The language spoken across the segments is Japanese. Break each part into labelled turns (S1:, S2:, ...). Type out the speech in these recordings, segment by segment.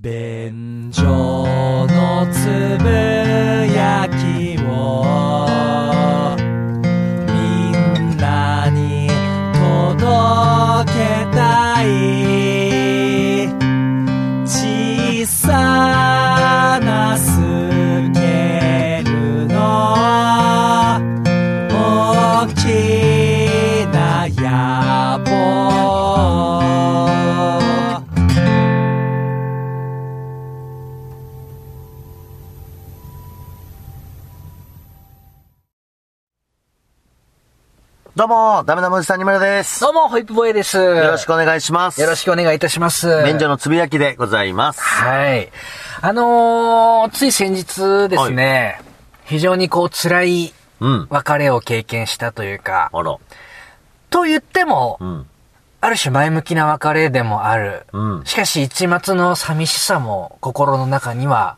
S1: 便所のつぶやきをみんなに届けたい小さなスケールの大きな野望
S2: どうも、ダメなムジさんにむらです。
S3: どうも、ホイップボーイです。
S2: よろしくお願いします。
S3: よろし
S2: く。
S3: くお願いいたします。
S2: 免除のつぶやきでございます。
S3: はい。あのー、つい先日ですね、非常にこう辛い
S2: うん。
S3: 別れを経験したというか、
S2: あら。
S3: と言っても、
S2: うん。
S3: ある種前向きな別れでもある。
S2: うん。
S3: しかし一末の寂しさも心の中には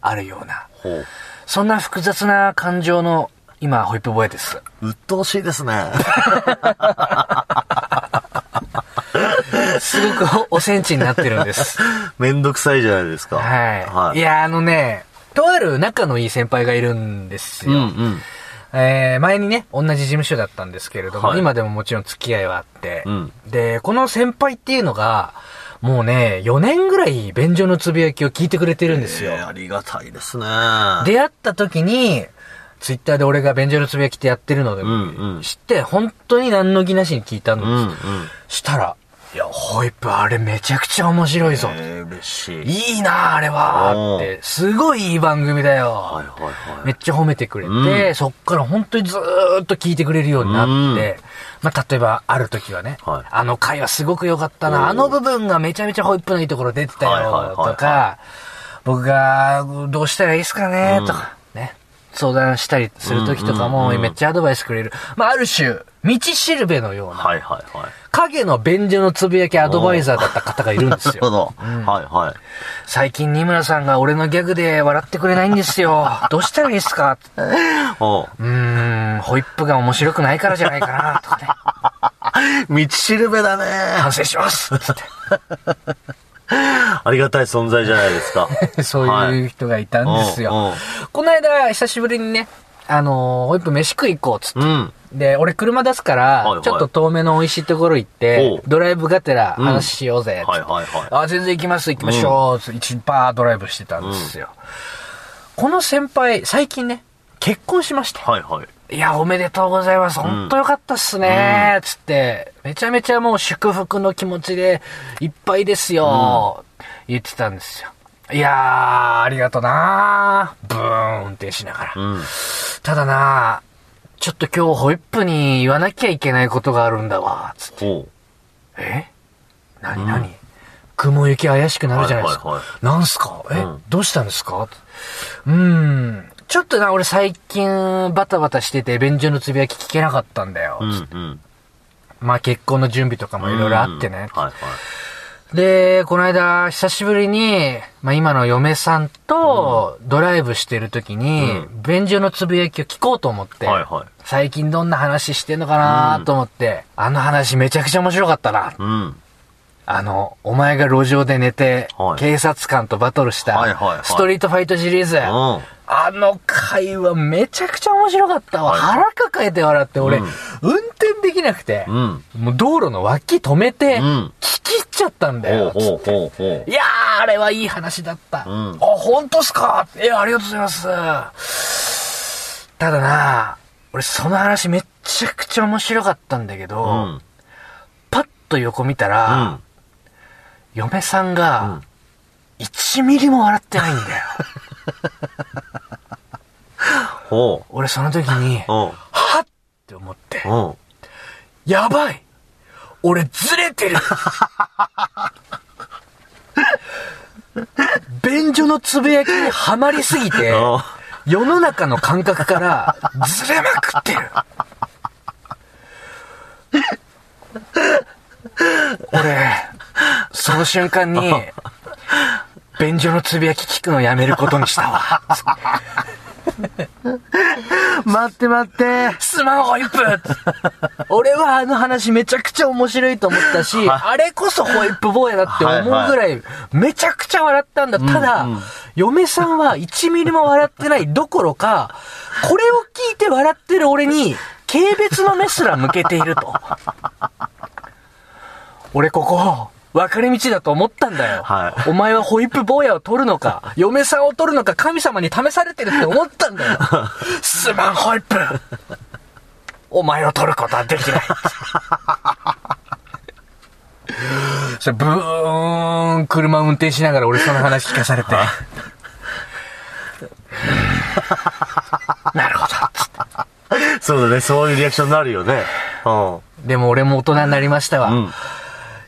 S3: あるような。
S2: ほう。
S3: そんな複雑な感情の今、ホイップボーイです。
S2: 鬱陶しいですね。
S3: すごくおおセンチになってるんです。
S2: めんどくさいじゃないですか。
S3: はい。
S2: はい。
S3: い、や、あのね、とある仲のいい先輩がいるんです
S2: う
S3: よ。
S2: んうん。
S3: えー前にね、同じ事務所だったんですけれども、
S2: はい
S3: 今でももちろん付き合いはあって、
S2: うん
S3: で、この先輩っていうのが、もうね、4年ぐらい便所のつぶやきを聞いてくれてるんですよ。
S2: えーありがたいですね。
S3: 出会った時に、ツイッターで俺が便所のつぶやきってやってるので、
S2: うんうん
S3: 知って、本当に何の気なしに聞いたんです。
S2: うんうん。
S3: したら、いや、ホイップあれめちゃくちゃ面白いぞ。
S2: えー、嬉しい。
S3: いいなあ、あれは
S2: お
S3: っ
S2: ー
S3: て。すごいいい番組だよ。
S2: はいはいはい。
S3: めっちゃ褒めてくれて、
S2: う
S3: そっから本当にずーっと聞いてくれるようになって、
S2: う
S3: まあ、例えばある時はね、
S2: はい
S3: あの回はすごく良かったな、
S2: おー
S3: あの部分がめちゃめちゃホイップのいいところ出てた
S2: はいはいはい
S3: よ、
S2: はい
S3: とか、僕がどうしたらいいですかね
S2: う、ん
S3: とか、ね、相談したりする時とかも
S2: うんうん
S3: めっちゃアドバイスくれる。まあ、ある種、道しるべのような、
S2: はいはいはい。
S3: 影の便所のつぶやきアドバイザーだった方がいるんで
S2: な
S3: す
S2: るほ
S3: よ。
S2: ど。はいはい。
S3: 最近、二村さんが俺のギャグで笑ってくれないんですよ。どうしたらいいですか
S2: おう
S3: うーん、ホイップが面白くないからじゃないかな、 とかね。
S2: 道しるべだね。
S3: 反省しますつっ
S2: ありがたい存在じゃないですか。
S3: て。 そう
S2: はい
S3: いう人がいたんです
S2: おうお
S3: よ
S2: う。
S3: この間、久しぶりにね、あのーホイップ飯食い行こう、つって。
S2: うん。
S3: で、俺車出すから、
S2: はいはい
S3: ちょっと遠めの美味しいところ行って
S2: おう、
S3: ドライブがてら話しようぜ、つっ
S2: はい
S3: て
S2: はいはい。
S3: あ、全然行きます、行きましょう、つって一緒バードライブしてたんですよ。この先輩、最近ね、結婚しました。
S2: はいはい。
S3: いや、おめでとうございます。本当よかったっすね。つって、めちゃめちゃもう祝福の気持ちでいっぱいですよ。言ってたんですよ。いやー、ありがとなー。ブーン運転しながら。
S2: うん。
S3: ただなー、ちょっと今日ホイップに言わなきゃいけないことがあるんだわ。つって
S2: おう。
S3: え何何、雲行き怪しくなるじゃないですか。
S2: はいはい
S3: なんすかえ、
S2: うん
S3: どうしたんですかうーん。ちょっとな、俺最近バタバタしてて、便所のつぶやき聞けなかったんだよ。
S2: うんうん。
S3: まあ結婚の準備とかもいろいろあってね。
S2: はいはい。
S3: で、この間、久しぶりに、まあ今の嫁さんとドライブしてる時に、便所のつぶやきを聞こうと思って、
S2: はいはい
S3: 最近どんな話してんのかなと思って、あの話めちゃくちゃ面白かったな
S2: うん。
S3: あの、お前が路上で寝て、
S2: はい
S3: 警察官とバトルし
S2: はいはいは
S3: た
S2: い、
S3: ストリートファイトシリーズ。
S2: うん。
S3: あの回はめちゃくちゃ面白かったわ。
S2: はい
S3: 腹抱えて笑って、俺、
S2: うん
S3: 運転できなくて、
S2: うん。
S3: もう道路の脇止めて、
S2: うん
S3: 聞き入っちゃったんだ
S2: ほう
S3: よ。
S2: ほうほうほう
S3: い。やー、あれはいい話だった。
S2: うん
S3: あ、本当っすかいや、ありがとうございます。ただな、俺その話めちゃくちゃ面白かったんだけど、
S2: うん。
S3: パッと横見た
S2: う
S3: ら、
S2: ん。
S3: 嫁さんが、1ミリも笑ってないん だよ。
S2: ほ
S3: 俺その時に、
S2: う。
S3: は
S2: うん。
S3: っって思って、
S2: うん。
S3: やばい俺ずれ てる便所のつぶやきにはまりすぎて、世の中の感覚からずれまくってる。 俺、その瞬間に、便所のつぶやき聞くのやめることにしたわ。
S2: 待って待って。
S3: スマホホイップ俺はあの話めちゃくちゃ面白いと思ったし、あれこそホイップ坊やだって思うぐらい、めちゃくちゃ笑ったんだ。ただ、嫁さんは1ミリも笑ってないどころか、これを聞いて笑ってる俺に、軽蔑の目すら向けていると。俺ここ、分かれ道だと思ったんだよ。
S2: はい
S3: お前はホイップ坊やを取るのか、嫁さんを取るのか、神様に試されてるって思ったん だよ。すまん、ホイップ。お前を取ることはでき ない。それ、ブーン、車運転しながら俺その話聞かされて。 なるほど。つって
S2: そうだね、そういうリアクションになるよね。うん。
S3: でも俺も大人になりましたわ。
S2: うん。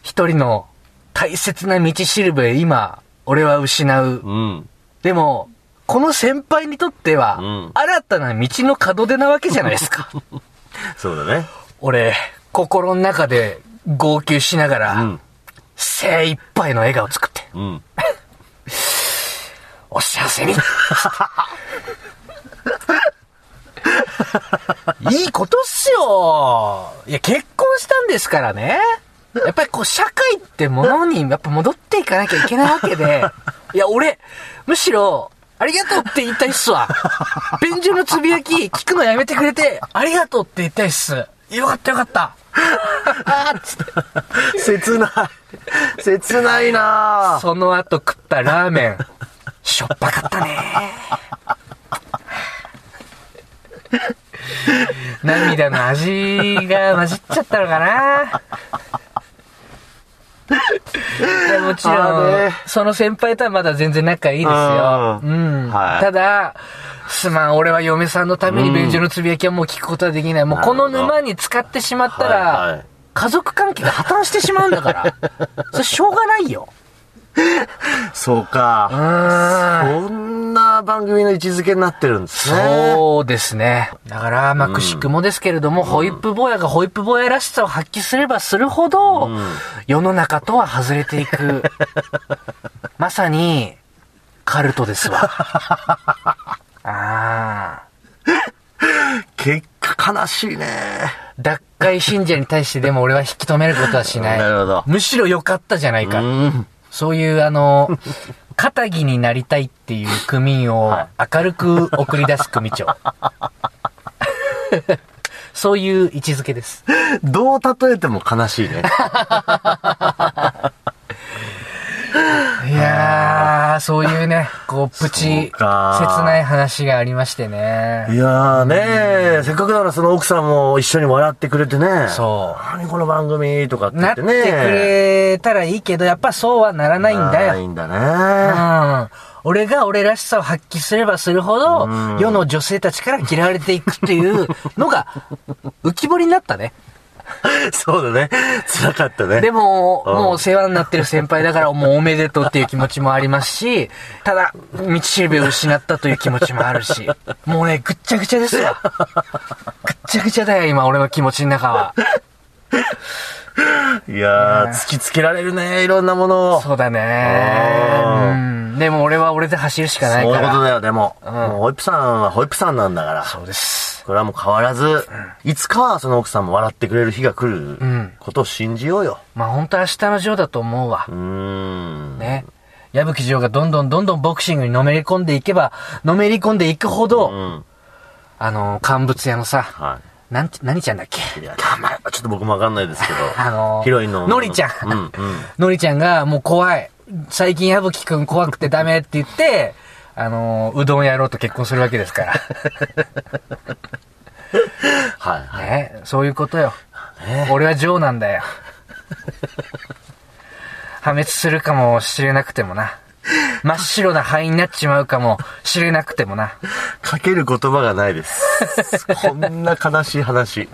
S3: 一人の大切な道しるべ、今、俺は失う。
S2: うん。
S3: でも、この先輩にとっては、
S2: うん
S3: 新たな道の門出なわけじゃないです か。
S2: そうだね。
S3: 俺、心の中で号泣しながら、
S2: うん。
S3: 精一杯の笑顔作って、
S2: うん。
S3: お幸せに。 いいことっすよ。いや、結婚したんですからね。やっぱりこう、社会ってものに、やっぱ戻っていかなきゃいけないわけで。いや、俺、むしろ、ありがとうって言いたいっすわ。便所のつぶやき、聞くのやめてくれて、ありがとうって言いたいっす。よかったよかった。あーっつって。
S2: 切ない。切ないなぁ
S3: その後食ったラーメン、 しょっぱかったね。 涙の味が混じっちゃったのかな。いやもち
S2: あー
S3: ろん
S2: ね、
S3: その先輩とはまだ全然仲いいですよ。う。
S2: うんんはい
S3: ただ、すまん、俺は嫁さんのために便所のつぶやきはもう聞くことはできない。もうこの沼に使ってしまったら、
S2: はいはい
S3: 家族関係が破綻してしまうんだ から。それしょうがないよ。
S2: そうか。
S3: う
S2: こんな番組の位置づけになってるんですね。
S3: そうですね。だから、まあ、くしくもですけれども、ホイップ坊やがホイップ坊やらしさを発揮すればするほど、世の中とは外れていく。 まさに、カルトです わ。ああ。
S2: 結果悲しいね。
S3: 脱会信者に対してでも俺は引き止めることはしない。
S2: なるほど
S3: むしろ良かったじゃないうか。
S2: ん。
S3: そういう、あの、 肩着になりたいっていう組員を明るく送り出す組長。 そういう位置づけです。
S2: どう例えても悲しいね。
S3: いやー、そういうね、こう、プ
S2: そ
S3: チ、
S2: う
S3: 切
S2: か
S3: ない話がありまして
S2: い
S3: ね。
S2: やーねーせっかくならその奥さんも一緒に笑ってくれてね。
S3: そ
S2: 何この番組とかって
S3: う。
S2: 言
S3: な
S2: っ
S3: って
S2: て
S3: く
S2: ね。
S3: れたらいいけど、やっぱそうはならないんだよ
S2: な。いんだ
S3: う
S2: ね。
S3: ん。俺が俺らしさを発揮すればするほど、世の女性たちから嫌われていくっていうのが、浮き彫りになったね。
S2: そうだね。辛かった ね。
S3: でも、
S2: うん
S3: もう世話になってる先輩だから、もうおめでとうっていう気持ちもありますし、ただ、道しるべを失ったという気持ちもあるし、もうね、ぐっちゃぐちゃですわ。ぐっちゃぐちゃだよ、今、俺の気持ちの中は。
S2: いやー、突きつけられるね、いろんなものを。
S3: そうだ
S2: う
S3: ね。うん。でも俺は俺で走るしかない
S2: そう
S3: か
S2: いうこと
S3: ら。
S2: だよ、でも。もうホイップさんはホイップさんなんだから。
S3: そうです。
S2: これはもう変わらず、いつかはその奥さんも笑ってくれる日が来る
S3: ん
S2: ことを信じようよ。
S3: まあ、本当明日のジョーだと思うわ
S2: う。ーん。
S3: ね。矢吹ジョーがどんどんどんどんボクシングにのめり込んでいけば、のめり込んでいくほ
S2: う
S3: ど、
S2: ん。
S3: あの、乾物屋のさ、
S2: は
S3: なんて、何ちゃんだっけ
S2: い。いや、名前はちょっと僕もわかんないですけど
S3: 。あのー
S2: ヒロインの。
S3: のりちゃん
S2: うん、うん。
S3: のりちゃんが、もう怖い。最近矢吹くん怖くてダメって言って、あのーうどんやろうと結婚するわけですか
S2: はい、は
S3: ら。
S2: い。
S3: ね、そういうことよ。
S2: ね
S3: 俺はジョーなんだよ。破滅するかもしれなくてもな。真っ白な灰になっちまうかもしれなくてもな。
S2: かける言葉がないです。こんな悲しい話。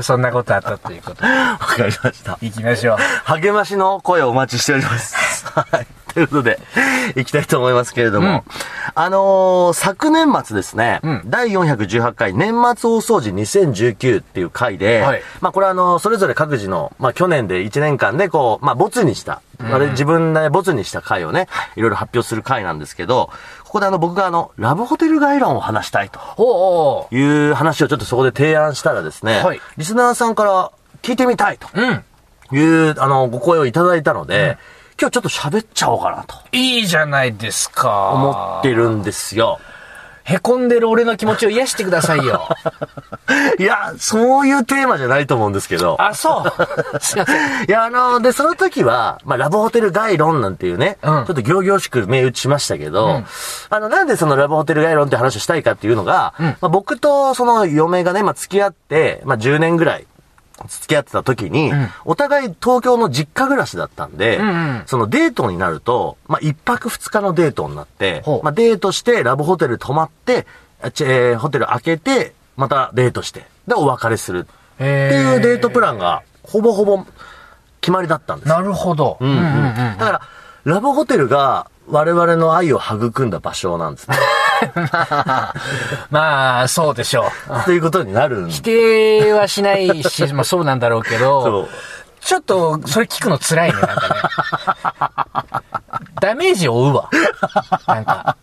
S3: そんなことあったということで。
S2: わかりました。
S3: 行きましょう。
S2: 励ましの声をお待ちしております。はい。ということで、行きたいと思いますけれども。
S3: うん
S2: あのー昨年末ですね、
S3: ん
S2: 第418回年末大掃除2019っていう回で、
S3: はい
S2: まあこれあの、それぞれ各自の、まあ去年で1年間でこう、まあボツにした、あれ自分でボツにした回をね、いろいろ発表する回なんですけど、ここであの僕があの、ラブホテル概論を話したいと。
S3: おうおう
S2: いう話をちょっとそこで提案したらですね、
S3: はい
S2: リスナーさんから聞いてみたいと
S3: うん。
S2: いう、あの、ご声をいただいたので、今日ちょっと喋っちゃおうかなと
S3: いいじゃないですか。
S2: 思ってるんですよ。
S3: へこんでる俺の気持ちを癒してください よ。
S2: いや、そういうテーマじゃないと思うんですけど。
S3: あ、 そう。すいません。
S2: いや、あの、で、その時は、まあ、ラブホテル概論なんていうね、
S3: うん
S2: ちょっと行々しく銘打ちしましたけど、
S3: うん
S2: あの、なんでそのラブホテル概論って話をしたいかっていうのが、まあ、僕とその嫁がね、まあ、付き合って、まあ、10年ぐらい。付き合ってた時に、
S3: ん
S2: お互い東京の実家暮らしだったんで、
S3: うんうん
S2: そのデートになると、まあ、一泊二日のデートになって
S3: ほ、う
S2: まあ、デートしてラブホテル泊まって、あちえーホテル開けて、またデートして、で、お別れする。
S3: って
S2: っていうデートプランが、ほぼほぼ決まりだったんですよ。
S3: なるほど。う
S2: うんうん
S3: うん
S2: だから、ラブホテルが我々の愛を育んだ場所なんです ね。
S3: まあ、そうでしょう。
S2: ということになるんで
S3: 否。定はしないし、まあそうなんだろうけ
S2: そう
S3: ど、ちょっと、それ聞くの辛いね、なんかね。 ダメージを負うわ。なんか。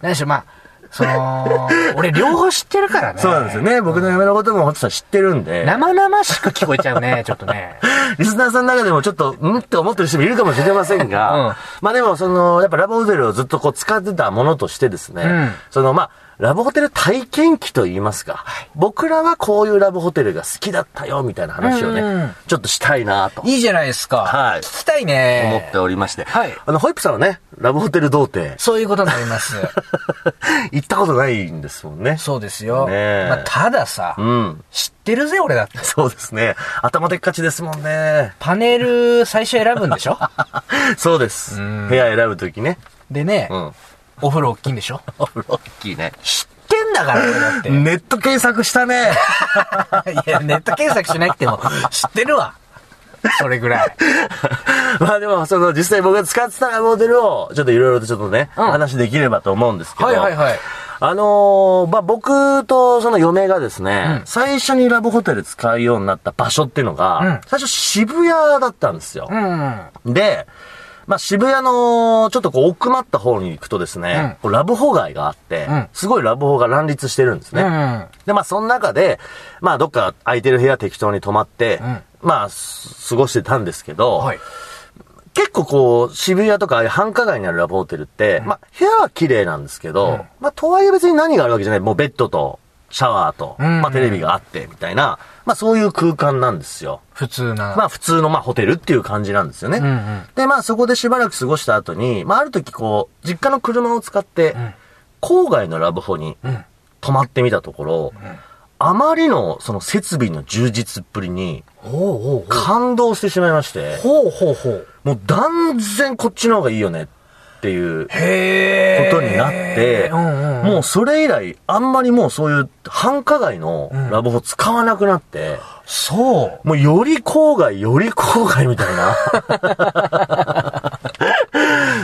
S3: 何でしょう、まあ、その、俺両方知ってるからね。
S2: そうなんですよね。僕の嫁のこともホットさん知ってるんで、
S3: 生々しく聞こえちゃう ね、ちょっとね。
S2: リスナーさんの中でもちょっと、んって思ってる人もいるかもしれませんが、
S3: うん
S2: まあでもその、やっぱラブホテルをずっとこう使ってたものとしてですね、
S3: うん
S2: そのまあ、ラブホテル体験記と言いますか、僕らはこういうラブホテルが好きだったよ、みたいな話をね、
S3: うんうん
S2: ちょっとしたいなと。
S3: いいじゃないですか。
S2: はい
S3: 聞きたい
S2: 思
S3: ね
S2: っ。ておりまして。
S3: はい
S2: あの、ホイップさんはね、ラブホテル童貞、
S3: そういうことになります。
S2: 行ったことないんですもんね。
S3: そうですよ。
S2: ねえ
S3: まあ、たださ、
S2: うん。
S3: 知ってるぜ、俺だって。
S2: そうですね。頭でっかちですもんね。
S3: パネル最初選ぶんでしょ
S2: そうです。
S3: うん
S2: 部屋選ぶときね。
S3: でね、
S2: うん。ロ
S3: お風呂大きいんでしょ
S2: ッキーね。
S3: 知ってんだから、俺だって。
S2: ネット検索し たね。
S3: いや、ネット検索しなくても知ってるわ。それぐらい。
S2: まあでも、その、実際僕が使ってたラブホテルを、ちょっといろいろとちょっとね、
S3: うん
S2: 話できればと思うんですけど。
S3: はいはいはい。
S2: あのーまあ、僕とその嫁がですね、
S3: うん
S2: 最初にラブホテル使うようになった場所っていうのが、
S3: うん
S2: 最初渋谷だったんですよ。
S3: うん。
S2: で、まあ、渋谷の、ちょっとこう、奥まった方に行くとですね、こうラブホ街があって、
S3: うん
S2: すごいラブホが乱立してるんです
S3: う
S2: ね。
S3: ん。
S2: で、まあ、その中で、まあ、どっか空いてる部屋適当に泊まって、
S3: うん
S2: まあ、す過ごしてたんですけど、
S3: はい。
S2: 結構こう、渋谷とかああいう繁華街にあるラブホテルって、まあ、部屋は綺麗なんですけど、
S3: ん
S2: まあ、とはいえ別に何があるわけじゃない。もうベッドと、シャワーと、
S3: うん
S2: まあ、テレビがあって、みたいな、まあ、そういう空間なんですよ。
S3: 普通な。
S2: まあ、普通の、まあ、ホテルっていう感じなんですよね。
S3: うんうん。
S2: で、まあ、そこでしばらく過ごした後に、まあ、ある時こう、実家の車を使って、
S3: ん
S2: 郊外のラブホに
S3: うん。
S2: 泊まってみたところ、あまりの、その設備の充実っぷりに、
S3: ほうほう
S2: 感動してしまいまして、
S3: ほう。ほうほうほう。
S2: もう断然こっちの方がいいよねっていうこ
S3: へえ。
S2: とになって、
S3: うんうん。
S2: もうそれ以来、あんまりもうそういう繁華街のラブホ使わなくなって、
S3: そう。
S2: もうより郊外、より郊外みた いな。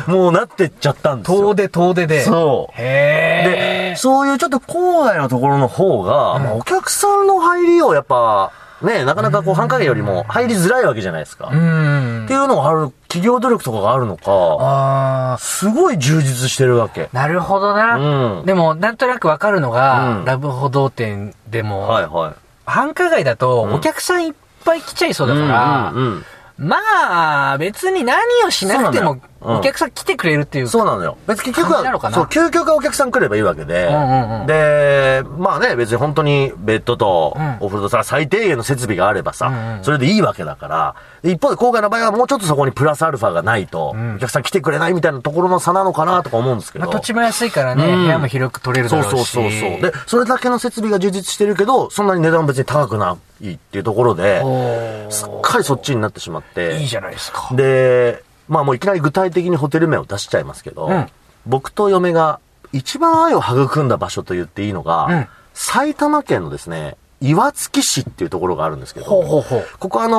S2: もうなってっちゃったんですよ
S3: 遠。出遠出で。
S2: そ
S3: へ
S2: う。で
S3: え。、
S2: そういうちょっと郊外のところの方が、まあお客さんの入りをやっぱ、ね、なかなかこう繁華街よりも入りづらいわけじゃないですか。
S3: う
S2: っ
S3: ん
S2: て。いうのがある、企業努力とかがあるのか、
S3: ああ。
S2: すごい充実してるわけ。
S3: なるほど
S2: う
S3: な。
S2: ん
S3: でも、なんとなくわかるのが
S2: う、ん
S3: ラブ歩道店で
S2: はい
S3: も、
S2: は
S3: 繁華街だと
S2: ん
S3: お客さんいっぱい来ちゃいそう
S2: い。
S3: だから
S2: うん、うんうん
S3: まあ、別に何をしなくても
S2: そうな、のようん
S3: お客さん来てくれるっていう。
S2: そうなのよ。別に結局
S3: 感じなのか
S2: は、
S3: な
S2: そう、究極はお客さん来ればいいわけで、
S3: うんうんうん
S2: で、まあね、別に本当にベッドと
S3: うん
S2: お風呂とさ、最低限の設備があればさ、
S3: うんうん
S2: それでいいわけだから、で一方で郊外の場合はもうちょっとそこにプラスアルファがないと、
S3: ん
S2: お客さん来てくれないみたいなところの差なのかなとか思うんですけど。
S3: まあ、土地も安いからね、
S2: うん
S3: 部屋も広く取れるだ
S2: そう
S3: ろうし。
S2: そうそうそう。で、それだけの設備が充実してるけど、そんなに値段は別に高くないっていうところで、
S3: お
S2: すっ
S3: ー
S2: かりそっちになってしまって。
S3: いいじゃないですか。
S2: で、まあもういきなり具体的にホテル名を出しちゃいますけど、
S3: うん
S2: 僕と嫁が一番愛を育んだ場所と言っていいのが、
S3: うん
S2: 埼玉県のですね、岩槻市っていうところがあるんですけど、
S3: ほうほうほう。
S2: ここあの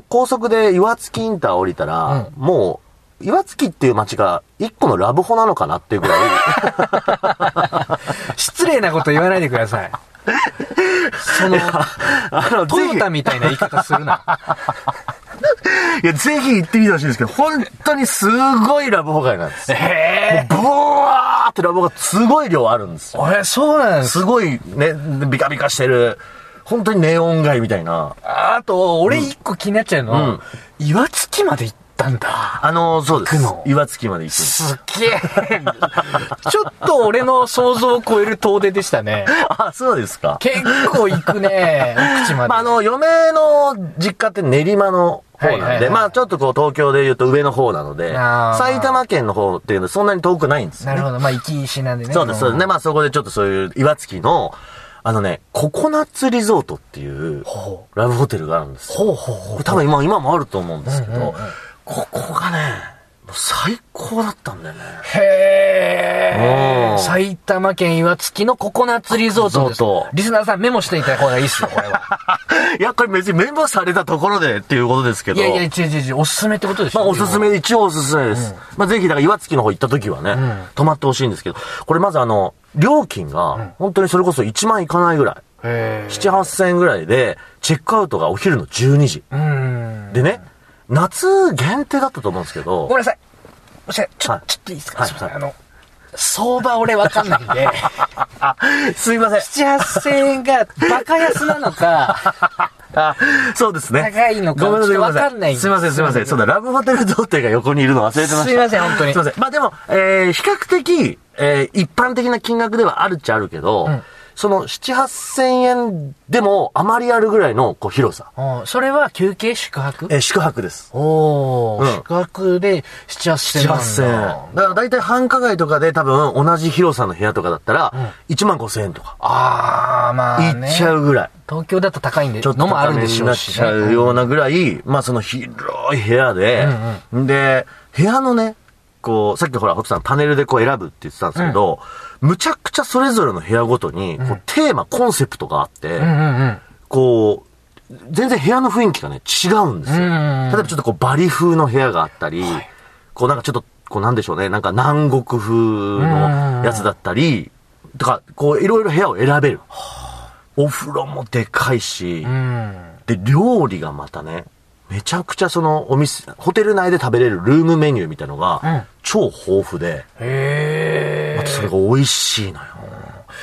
S2: ー高速で岩槻インター降りたら、もう、岩月っていう街が一個のラブホなのかなっていうぐらい、
S3: 失礼なこと言わないでくだ さい。その、
S2: あの、
S3: ト
S2: ぜ
S3: ヨ
S2: ひ、
S3: タみたいな言い方するな。
S2: いや、ぜひ行ってみてほしいんですけど、本当にすごいラブホ街なんです。
S3: へえ。
S2: ブワーってラブホがすごい量あるんですよ。
S3: 俺、そうなんです。
S2: すごいね、ビカビカしてる、本当にネオン街みたいな。
S3: あと、俺一個気になっちゃうのは、岩月まで行ったんだ。
S2: あの、そう
S3: 行
S2: で
S3: く
S2: す
S3: の。
S2: 岩月まで行くんです。
S3: すっげえ。 ちょっと俺の想像を超える遠出でしたね。
S2: あ、そうですか。
S3: 結構行くね、奥地まで。
S2: まあ、あの、嫁の実家って練馬の方なんで、
S3: はいはいはい
S2: まあちょっとこう東京で言うと上の方なので、
S3: あー
S2: 埼玉県の方っていうのはそんなに遠くないんですよ
S3: な
S2: ね。
S3: るほど。まあ、行き石なんでね。
S2: そうです、そうですね。まあそこでちょっとそういう岩月の、あのね、ココナッツリゾートっていう
S3: ほ
S2: ラブホテルがあるんですよ。
S3: ほうほうほ
S2: こ
S3: う。
S2: れ多分今、今もあると思うんですけど、
S3: うんうんうん
S2: ここがね、もう最高だったんだよね。
S3: へー
S2: うん
S3: 埼玉県岩槻のココナッツリゾートです
S2: リゾート。
S3: リスナーさんメモしていた方がいいっすよ、これは。
S2: いや、これ別にメンバーされたところでっていうことです け
S3: い
S2: ど。
S3: やいや、違う違う違う、おすすめってことでしょ
S2: まあ、おすす。め、一応おすすめです。まあ、ぜひ、だから、岩槻の方行った時はね、
S3: ん
S2: 泊まってほしいんですけど、これまずあの、料金が、本当にそれこそ1万いかないぐらい、
S3: へ
S2: 7、8000円ぐらいで、チェックアウトがお昼の12時。
S3: ーうん。
S2: でね、夏限定だったと思うんですけど
S3: ごめ、んなさい。おしゃちょ、
S2: はい
S3: ちょっといいですか、
S2: はい
S3: すいません。あの、相場俺わかんないん で、
S2: すいません。
S3: 7、8000円がバカ安なの か、
S2: あそうですね。
S3: 高いのか
S2: ごめんなさ
S3: ち
S2: い、
S3: ょっとわかんない
S2: すいません、すいません。そうだ、ラブホテル童貞が横にいるの忘れてました。
S3: すいません本当に
S2: すいません。 まあでも、えー、比較的、えー、一般的な金額ではあるっちゃあるけど、
S3: ん
S2: その、七八千円でも、あまりあるぐらいの、こう、広さ。
S3: うんそれは休憩宿泊
S2: えー、宿泊です。
S3: おー、
S2: うん
S3: 宿泊で7、8000円
S2: 七
S3: なんだ。
S2: 八千円。だから、大体繁華街とかで多分、同じ広さの部屋とかだったら、一万五千円とか、
S3: あー、まあ、
S2: い
S3: ね。
S2: っちゃうぐらい。
S3: 東京だと高いんで、
S2: ちょっと
S3: のもあ
S2: 高
S3: るん
S2: め
S3: で
S2: に
S3: し
S2: な
S3: ょう
S2: っ
S3: し
S2: ち
S3: ね、
S2: ゃうようなぐらい、まあその広い部屋で、で、部屋のね、こう、さっきほら、ホットさんパネルでこう選ぶって言ってたんですけど、むちゃくちゃそれぞれの部屋ごとに、こうテーマ、コンセプトがあって、
S3: うんうんうん。
S2: こう、全然部屋の雰囲気がね、違うんですよ。
S3: うんうんうん
S2: 例えばちょっとこう、バリ風の部屋があったり、こうなんかちょっと、こうなんでしょうね、なんか南国風のやつだったり、とか、こういろいろ部屋を選べる。お風呂もでかいし、
S3: うん。
S2: で、料理がまたね、めちゃくちゃそのお店、ホテル内で食べれるルームメニューみたいの
S3: うん
S2: が、超豊富で、
S3: へ
S2: またそれが美味しいのよ。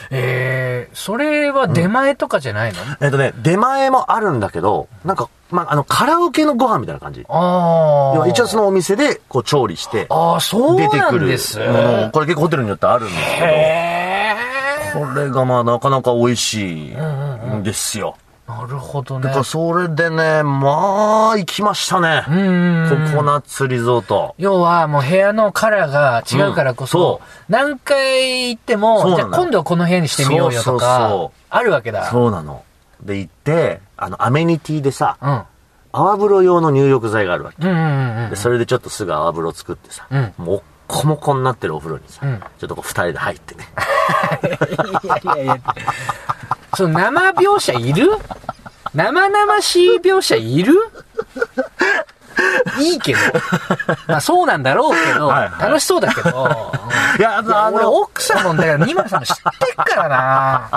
S3: え。えー、それは出前とかじゃないの、
S2: えっとね、出前もあるんだけど、なんか、まあ、あの、カラオケのご飯みたいな感じ。
S3: ああ。
S2: 一応そのお店で、こう、調理して、
S3: ああ、そう
S2: 出て
S3: な
S2: く
S3: ん
S2: る
S3: です。
S2: もの、これ結構ホテルによってあるんですけ
S3: へえ。
S2: ど、これがまあ、なかなか美味しいんですよ。
S3: なるほどね
S2: だか。らそれでね、まあ、行きましたね。
S3: うんうんうん。
S2: ココナッツリゾート。
S3: 要はもう部屋のカラーが違うからこそ、何回行って
S2: そう
S3: も、
S2: な
S3: じ
S2: の
S3: ゃあ今度はこの部屋にしてみようよと
S2: そうそう
S3: か
S2: そう、
S3: あるわけだ。
S2: そうなの。で、行って、あの、アメニティでさ、
S3: うん。
S2: 泡風呂用の入浴剤があるわけ。
S3: うんうんうん
S2: で、それでちょっとすぐ泡風呂作ってさ、
S3: うん
S2: もっこもこになってるお風呂にさ、
S3: うん
S2: ちょっとこう二人で 入ってね。
S3: いやいやいや。その生描写いる生々しい描写いるいいけど。まあそうなんだろうけど、
S2: はいはい
S3: 楽しそうだけど。
S2: いや、あの、あ
S3: 俺
S2: の、
S3: 奥さんもだから、ニマさんも知ってっから な。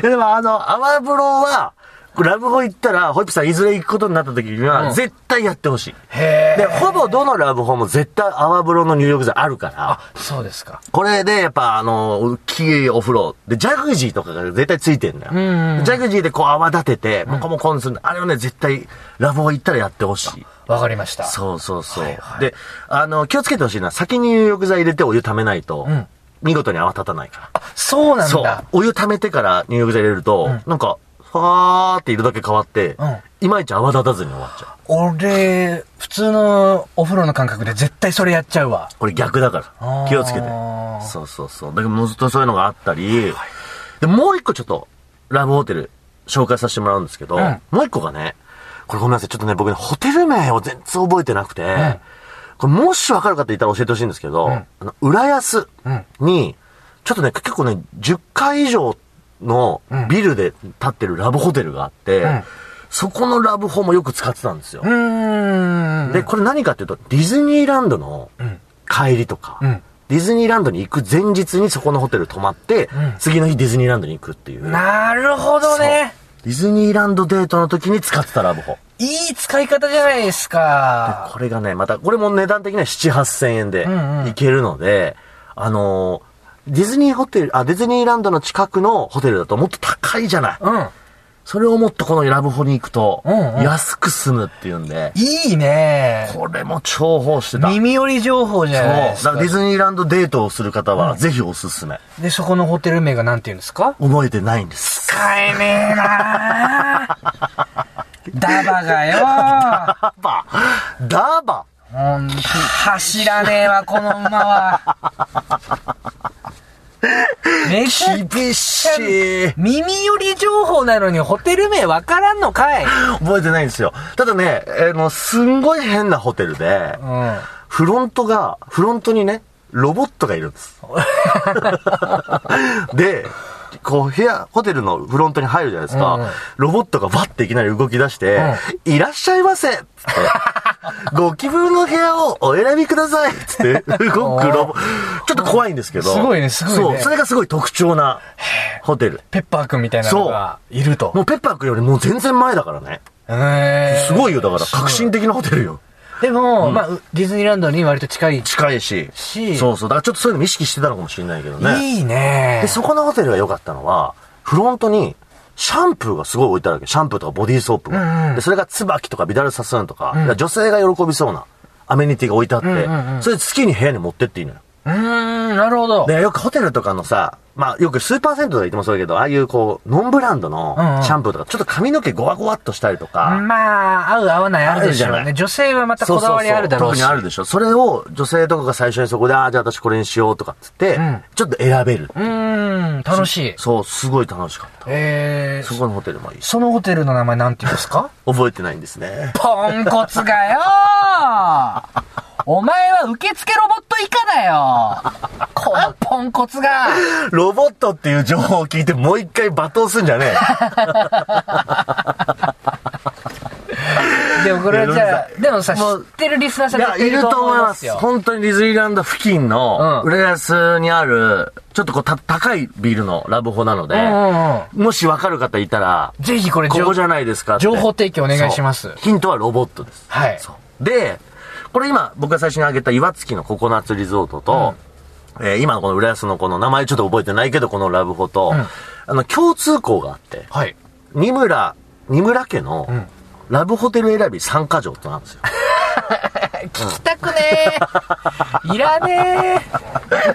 S2: いやでもあの、泡風呂は、ラブホ行ったら、ホイップさんいずれ行くことになった時には、
S3: うん
S2: 絶対やってほしい。
S3: へ
S2: で、ほぼどのラブホも絶対泡風呂の入浴剤あるから、
S3: え。そうですか。
S2: これで、やっぱ、あの、大きいお風呂。で、ジャグジーとかが絶対ついてんだよ。
S3: んうん
S2: ジャグジーでこう泡立てて、もこもこにするんだ。あれはね、絶対、ラボ行ったらやってほしい。
S3: わかりました。
S2: そうそうそう。
S3: はいはい
S2: で、あの、気をつけてほしいのは、先に入浴剤入れてお湯溜めないと、
S3: ん
S2: 見事に泡立たないか
S3: そう
S2: ら。
S3: な
S2: そ
S3: ん
S2: う
S3: だ。。
S2: お湯溜めてから入浴剤入れると、なんか、ファーって色だけ変わって、
S3: うん
S2: いまいち泡立たずに終わっちゃう。
S3: 俺、普通のお風呂の感覚で絶対それやっちゃうわ。
S2: これ逆だか
S3: あー
S2: ら。気をつけて。そうそうそう。だけど、もうずっとそういうのがあったり、で、もう一個ちょっと、ラブホテル、紹介させてもらうんですけど、
S3: ん
S2: もう一個がね、これごめんなさい。ちょっとね、僕ね、ホテル名を全然覚えてなくて、これもしわかる方いたら教えてほしいんですけど、あの、浦安に、ちょっとね、結構ね、10階以上のビルで建ってるラブホテルがあって、
S3: ん
S2: そこのラブホもよく使ってたんですよ
S3: う。ーん。
S2: で、これ何かっていうと、ディズニーランドの帰りとか、
S3: うん
S2: ディズニーランドに行く前日にそこのホテル泊まって、次の日ディズニーランドに行くっていう。
S3: なるほどね。
S2: ディズニーランドデートの時に使ってたラブホ。
S3: いい使い方じゃないですか。
S2: これがね、また、これも値段的には7、8000円で
S3: んうん
S2: 行けるので、あのー、ディズニーホテル、あ、ディズニーランドの近くのホテルだともっと高いじゃない。
S3: うん。
S2: それをもっとこのラブホに行くと、
S3: うんうん
S2: 安く済むっていうんで、
S3: いいね。
S2: これも重宝してた。
S3: 耳寄り情報じゃないで
S2: そう。だ
S3: す
S2: から
S3: か
S2: ディ。ズニーランドデートをする方は、ぜひおすすめ。
S3: で、そこのホテル名がなんて言うんですか
S2: 覚えてないんです。
S3: 使えねえな あダバがよ
S2: ダバダバ
S3: ほんと、走らねえわ、この馬は。めちゃ
S2: 厳しい
S3: 耳寄り情報なのにホテル名わからんのかい。
S2: 覚えてないんですよ。ただね、あの、すんごい変なホテルで、
S3: うん。
S2: フロントが、フロントにね、ロボットがいるんです。 で、こう、部屋、ホテルのフロントに入るじゃないですか。
S3: うんうん
S2: ロボットがバッていきなり動き出して、いらっしゃいませ つってご希望の部屋をお選びくださいつって、動くロボ、ちょっと怖いんですけど。
S3: すごいねすごいね
S2: そう、それがすごい特徴なホテル。
S3: ペッパーくんみたいなのがいると
S2: も。うペッパーくんよりもう全然前だからね。
S3: へえ
S2: すごいよ、だから
S3: すごい
S2: 革新的なホテルよ。
S3: でも、まあ、うディズニーランドに割と近い。
S2: 近いし。
S3: し
S2: そうそう。だからちょっとそういうのも意識してたのかもしれないけどね。
S3: いいね
S2: で、そこのホテルが良かったのは、フロントに、シャンプーがすごい置いてあるわけ。シャンプーとかボディーソープが。
S3: うんうん
S2: で、それが椿とかビダルサスーンとか、だから女性が喜びそうなアメニティが置いてあって、
S3: ん
S2: それ好きに部屋に持ってっていいのよ。
S3: うーん、なるほど。
S2: で、よくホテルとかのさ、まあよくスーパーセントとか言ってもそうだけど、ああいうこう、ノンブランド
S3: うんう
S2: の
S3: ん
S2: シャンプーとか、ちょっと髪の毛ゴワゴワっとしたりとか、
S3: まあ、合う合わないあるでしょ
S2: ある
S3: う
S2: じゃな
S3: ね。
S2: い
S3: 女性はまた
S2: そう
S3: こだ
S2: そうそう
S3: わりあるだろうし。
S2: 特にあるでしょ。それを女性とかが最初にそこで、ああ、じゃあ私これにしようとかっつって、
S3: ん
S2: ちょっと選べる。
S3: うーん、楽しい。
S2: そう、すごい楽しかった。
S3: え
S2: そ
S3: ー、
S2: このホテルもいいし。
S3: そのホテルの名前なんて言うんですか
S2: 覚えてないんですね。
S3: ポンコツがよーお前は受付ロボット以下だよこのポンコツが
S2: ロボットっていう情報を聞いてもう一回罵倒すんじゃね
S3: でもこれはじゃ
S2: いやうるさ
S3: あ、
S2: い
S3: でもさ、知
S2: もう
S3: ってるリスナー
S2: え。
S3: さん絶対いると思いますよ。
S2: 本当にディズニーランド付近の、
S3: うん
S2: 浦安にある、ちょっとこうた、高いビルのラブホなので、
S3: うんうんうん
S2: もしわかる方いたら、
S3: ぜひこれ、
S2: ここじゃ
S3: 情
S2: ないですかって
S3: 情報提供お願いします
S2: そうヒントはロボットです。
S3: はい
S2: そうで、これ今、僕が最初に挙げた岩槻のココナッツリゾートと、えー今のこの浦安のこの名前ちょっと覚えてないけど、このラブホと、
S3: ん
S2: あの、共通項があって、
S3: はい。
S2: 二村、二村家の、ラブホテル選び参加条となんですよ。
S3: 聞きたくね え。いらねえ。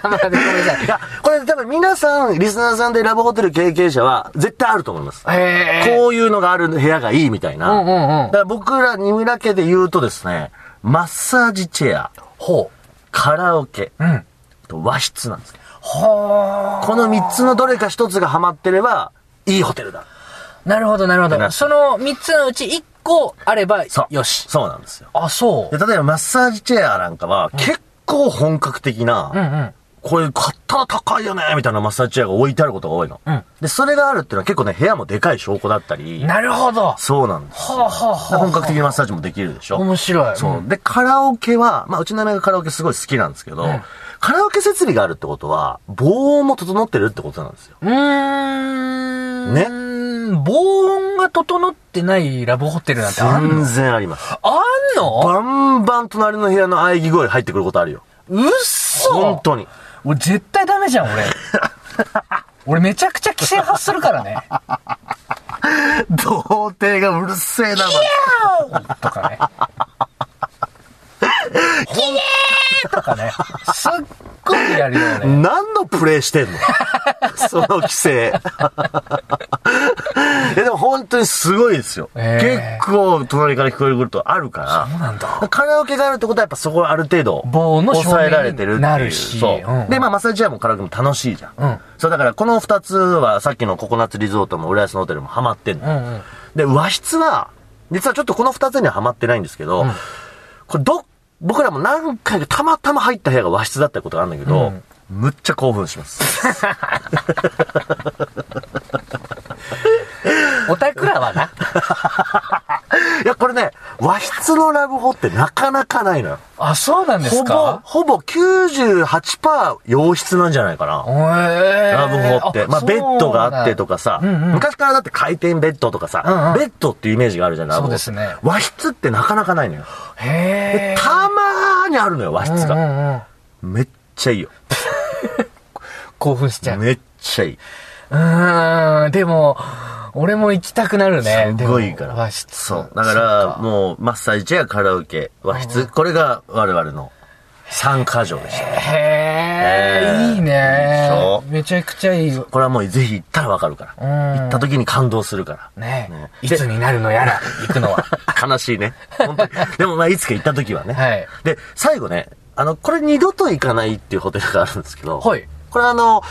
S3: まあまあねごめんなさい
S2: いや、これ多分皆さん、リスナーさんでラブホテル経験者は絶対あると思います。
S3: えー、
S2: こういうのがある部屋がいいみたいな。
S3: うんうんうん
S2: だから僕ら二村家で言うとですね、マッサージチェア、
S3: ほ
S2: カラオケ、
S3: う。うん。
S2: と和室なんですよ。
S3: ほ
S2: この三つのどれか一つがハマってれば、いいホテルだ。
S3: う。なるほど、なるほ
S2: ってな
S3: ど。
S2: った
S3: その3つのうち1個あれば
S2: そう。、
S3: よし。
S2: そうなんですよ。
S3: あ、そ
S2: で例えばマッサージチェアなんかは、結構本格的な、
S3: う。うんうん。
S2: こういう買ったら高いよねみたいなマッサージチェアが置いてあることが多いの。
S3: うん
S2: で、それがあるっていうのは結構ね、部屋もでかい証拠だったり、
S3: なるほど。は
S2: そうなんです。
S3: あ、はあはあ
S2: で
S3: はあ、
S2: 本格的なマッサージもできるでしょ。
S3: 面白い。
S2: そう。で、カラオケは、まあ、うちの嫁がカラオケすごい好きなんですけど、カラオケ設備があるってことは、防音も整ってるってことなんですよ。
S3: うーん。
S2: ね
S3: 防音が整ってないラブホテルなんてあんの
S2: 全然あります。
S3: あんの
S2: バンバン隣の部屋の喘ぎ声入ってくることあるよ。
S3: うっそ
S2: 本当に。
S3: 俺絶対ダメじゃん、 俺。俺めちゃくちゃ規制発するからね。
S2: 童貞がうるせえな、ま
S3: とかね。キエーとかね。すっごいやるよね。
S2: 何のプレイしてんの その規制。 いやでも本当にすごいですよ。
S3: えー
S2: 結構隣から聞こえることあるから。
S3: そうなんだ。
S2: カラオケがあるってことはやっぱそこはある程度
S3: 防音の照明
S2: 抑えられてるっていう
S3: になるし
S2: そう
S3: うんうん
S2: で、まあマッサージチェアもカラオケも楽しいじゃん。
S3: うん
S2: そうだからこの二つはさっきのココナッツリゾートも浦安のホテルもハマってんの。
S3: うんうん。
S2: で、和室は、実はちょっとこの二つにはハマってないんですけど、これど、僕らも何回かたまたま入った部屋が和室だったことがあるんだけど、むっちゃ興奮します。
S3: オタクらはな。
S2: いや、これね、和室のラブホってなかなかないのよ。
S3: あ、そうなんで
S2: ほ
S3: す
S2: ぼ
S3: か、
S2: ほぼ98%洋室なんじゃないかな。ラ
S3: ラ
S2: ブホって。まあ、ベッドがあってとかさ、
S3: うんうん
S2: 昔からだって回転ベッドとかさ、
S3: うんうん
S2: ベッドっていうイメージがあるじゃない
S3: そうですね
S2: 和室ってなかなかないのよ。
S3: へえ。
S2: たまーにあるのよ、和室
S3: うんう
S2: が。
S3: んうん
S2: めっちゃいいよ。
S3: 興奮しちゃう。
S2: めっちゃいい。
S3: うーん、でも、俺も行きたくなるね。
S2: すごいから。
S3: でも和室。
S2: そう。だから、もう、マッサージやカラオケ、和室、これが我々の3カ条でした。
S3: へ
S2: え
S3: え、
S2: ー
S3: いい
S2: でしょ
S3: ね。めちゃくちゃいいよ。
S2: これはもうぜひ行ったらわかるから。
S3: うん
S2: 行った時に感動するから。
S3: ね
S2: ね
S3: いつになるのやら、行くのは。
S2: 悲しいね。本当に。でもまあ、いつか行った時はね。
S3: はい
S2: で、最後ね、あの、これ二度と行かないっていうホテルがあるんですけど。
S3: はい。
S2: これあの、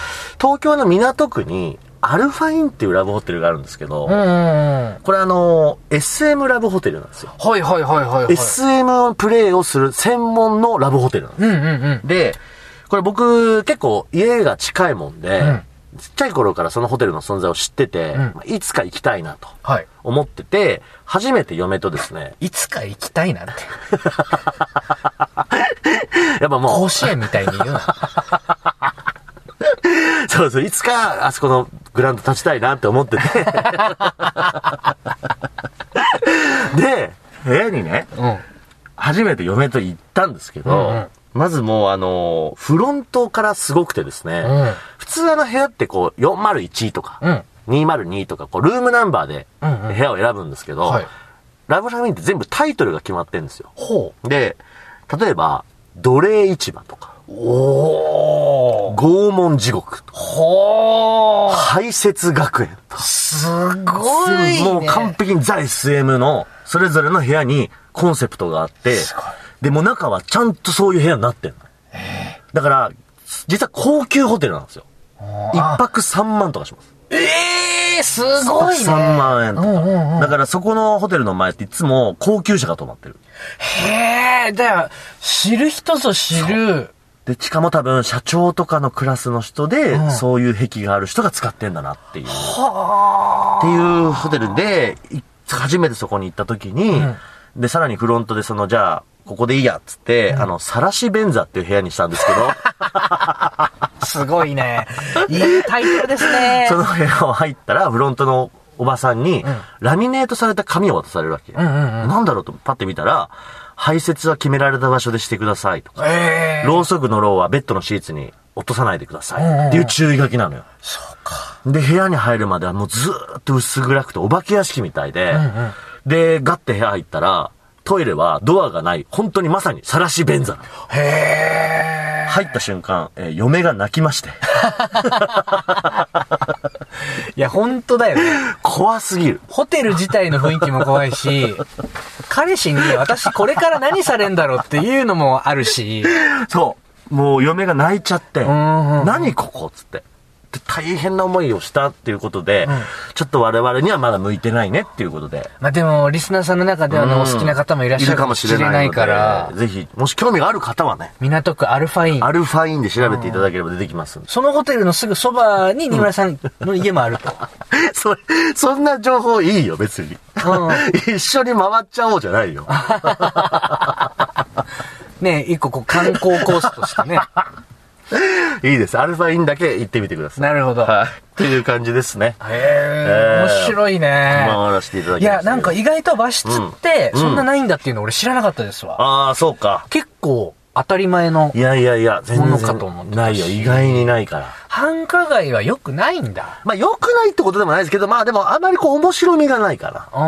S2: 東京の港区に、アルファインっていうラブホテルがあるんですけど、
S3: うんうんうん。
S2: これあの、SM ラブホテルなんですよ。
S3: はいはいはいはいはい。
S2: SM プレイをする専門のラブホテルなんです
S3: うんうんうん。
S2: で、これ僕結構家が近いもんで、
S3: ん
S2: ちっちゃい頃からそのホテルの存在を知ってて、
S3: ん
S2: まあいつか行きたいなと
S3: はい。
S2: 思ってて、初めて嫁とですね、
S3: いつか行きたいなんて。
S2: やっぱも
S3: 甲子園みたいに言うな。
S2: う、そうそう、いつかあそこのグラウンド立ちたいなって思 ってて。で、部屋にね、
S3: うん。
S2: 初めて嫁と行ったんですけど、
S3: うんうん
S2: まずもうあの、フロントからすごくてですね、
S3: うん
S2: 普通あの部屋ってこう401とか、
S3: うん
S2: 202とか、こうルームナンバーで
S3: うんうん
S2: 部屋を選ぶんですけど、
S3: はい
S2: ラブラミンって全部タイトルが決まってるんですよ。
S3: ほ
S2: で、例えば、奴隷市場とか、
S3: う。おー。
S2: 拷問地獄とか、
S3: ほー。
S2: 排泄学園とか、
S3: すごい、ね。
S2: もう完璧にザ SM のそれぞれの部屋にコンセプトがあって
S3: すごい、
S2: で、もう中はちゃんとそういう部屋になってんの。だから、実は高級ホテルなんですよ。一泊3万とかします。
S3: ええー、すごいね。
S2: 3万円とか、
S3: うんうんうん
S2: だからそこのホテルの前っていつも高級車が泊まってる。
S3: へえ、だから、知る人ぞ知る。
S2: で、しかも多分社長とかのクラスの人で、
S3: ん
S2: そういう癖がある人が使ってんだなっていう。っていうホテルで、い初めてそこに行った時に、で、さらにフロントでその、じゃあ、ここでいいやっつって、あの、さらし便座っていう部屋にしたんですけ ど、
S3: すごいね。いいタイトルですね
S2: そ。の部屋を入ったら、フロントのおばさんに、ラミネートされた紙を渡されるわけ。
S3: うんうん
S2: なんだろうとパッて見たら、排泄は決められた場所でしてくださいとか、
S3: ええー。
S2: ろうそくのろうはベッドのシーツに落とさないでくださいっていう注意書きなのよ。
S3: そうか。
S2: で、部屋に入るまではもうずーっと薄暗くてお化け屋敷みたいで、で、ガッて部屋入ったら、トイレはドアがない、本当にまさに晒し便座なの。
S3: へ
S2: 入った瞬間、えー嫁が泣きまして、
S3: え。いや、本当だよね。
S2: 怖すぎる。
S3: ホテル自体の雰囲気も怖いし、彼氏に私これから何されんだろうっていうのもあるし、
S2: そう。もう嫁が泣いちゃって、
S3: んうん
S2: 何ここっつって。で大変な思いをしたっていうことで、ちょっと我々にはまだ向いてないねっていうことで。
S3: まあでも、リスナーさんの中ではね、
S2: うん
S3: お好きな方もいらっしゃるかもしれないか
S2: い
S3: ら、
S2: るかもしれないのでぜひ、もし興味がある方はね、
S3: 港区アルファイン。
S2: アルファインで調べていただければ出てきますんで。
S3: そのホテルのすぐそばに二村さんの家もあると。
S2: それ、そんな情報いいよ、別に。 一緒に回っちゃおうじゃないよ。
S3: ね、一個こう観光コースとしてね。
S2: いいです。アルファインだけ行ってみてくださ い。
S3: なるほど。
S2: はい。という感じですね。
S3: へえ、面白いね。
S2: 回らせていただきま
S3: い
S2: した
S3: や、なんか意外と和室って、
S2: ん
S3: そんなないんだっていうの俺知らなかったですわ。
S2: ああ、そうか。
S3: 結構当たり前の
S2: い、やいやいや、全
S3: も
S2: 然
S3: のかと思って
S2: な
S3: た
S2: い
S3: し
S2: よ。意外にないから。
S3: 繁華街は良くないんだ。
S2: まあ、良くないってことでもないですけど、まあでも、あまりこう、面白みがないから。
S3: あ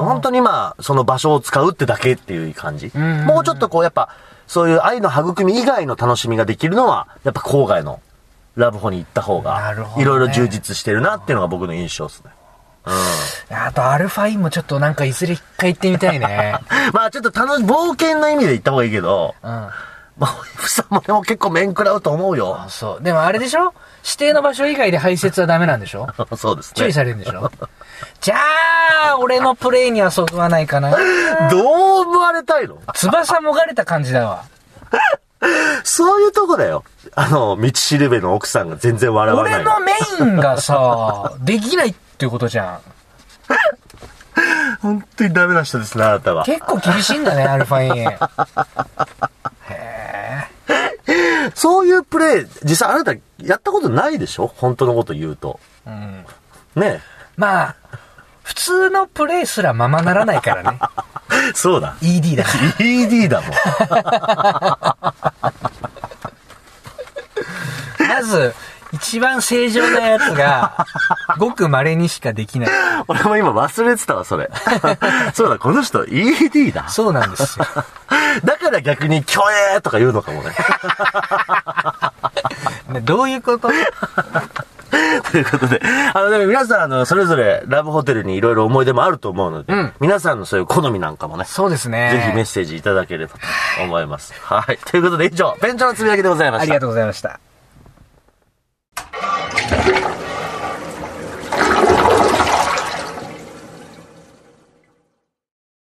S2: うん、本当にまあ、その場所を使うってだけっていう感じ。
S3: んうんうん
S2: もうちょっとこう、やっぱ、そういう愛の育み以外の楽しみができるのは、やっぱ郊外のラブホに行った方
S3: な
S2: が
S3: るほど、ね
S2: いろいろ充実してるなっていうのが僕の印象ですね。
S3: ー。あと、アルファインもちょっとなんかいずれ一回行ってみたいね。
S2: まあちょっと楽し、冒険の意味で行った方がいいけど、
S3: うん。あ、
S2: まあ、ふさもも結構面食らうと思うよ。
S3: そう。でもあれでしょ指定の場所以外で排泄はダメなんでしょ
S2: そうですね。
S3: 注意されるんでしょじゃあ、俺のプレイにはそぐわないかな。
S2: どう思われたいの
S3: 翼もがれた感じだわ。
S2: そういうとこだよ。あの、道しるべの奥さんが全然笑わない。
S3: 俺のメインがさ、できないっっていうことじゃん。
S2: 本当にダメな人ですね、あなたは。
S3: 結構厳しいんだね、アルファイン。
S2: そういうプレイ、実際あなたやったことないでしょ本当のこと言うと。ね
S3: まあ、普通のプレイすらままならないからね。
S2: え。そうだ。
S3: ED だから。
S2: ED だもん。
S3: まず、一番正常なやつ が、ごく稀にしかできない。
S2: 俺も今忘れてたわ、そ れ。そうだ、この人 ED だ。
S3: そうなんです よ。
S2: だから逆に、キョエーとか言うのか もね。
S3: ねどういうこと
S2: ということで、あの、でも皆さん、あの、それぞれラブホテルにいろいろ思い出もあると思うので、
S3: うん
S2: 皆さんのそういう好みなんかもね、ぜ
S3: そうですね。
S2: ひメッセージいただければと思います。はい。ということで以上、ベンチャーのつぶやきでございました。
S3: ありがとうございました。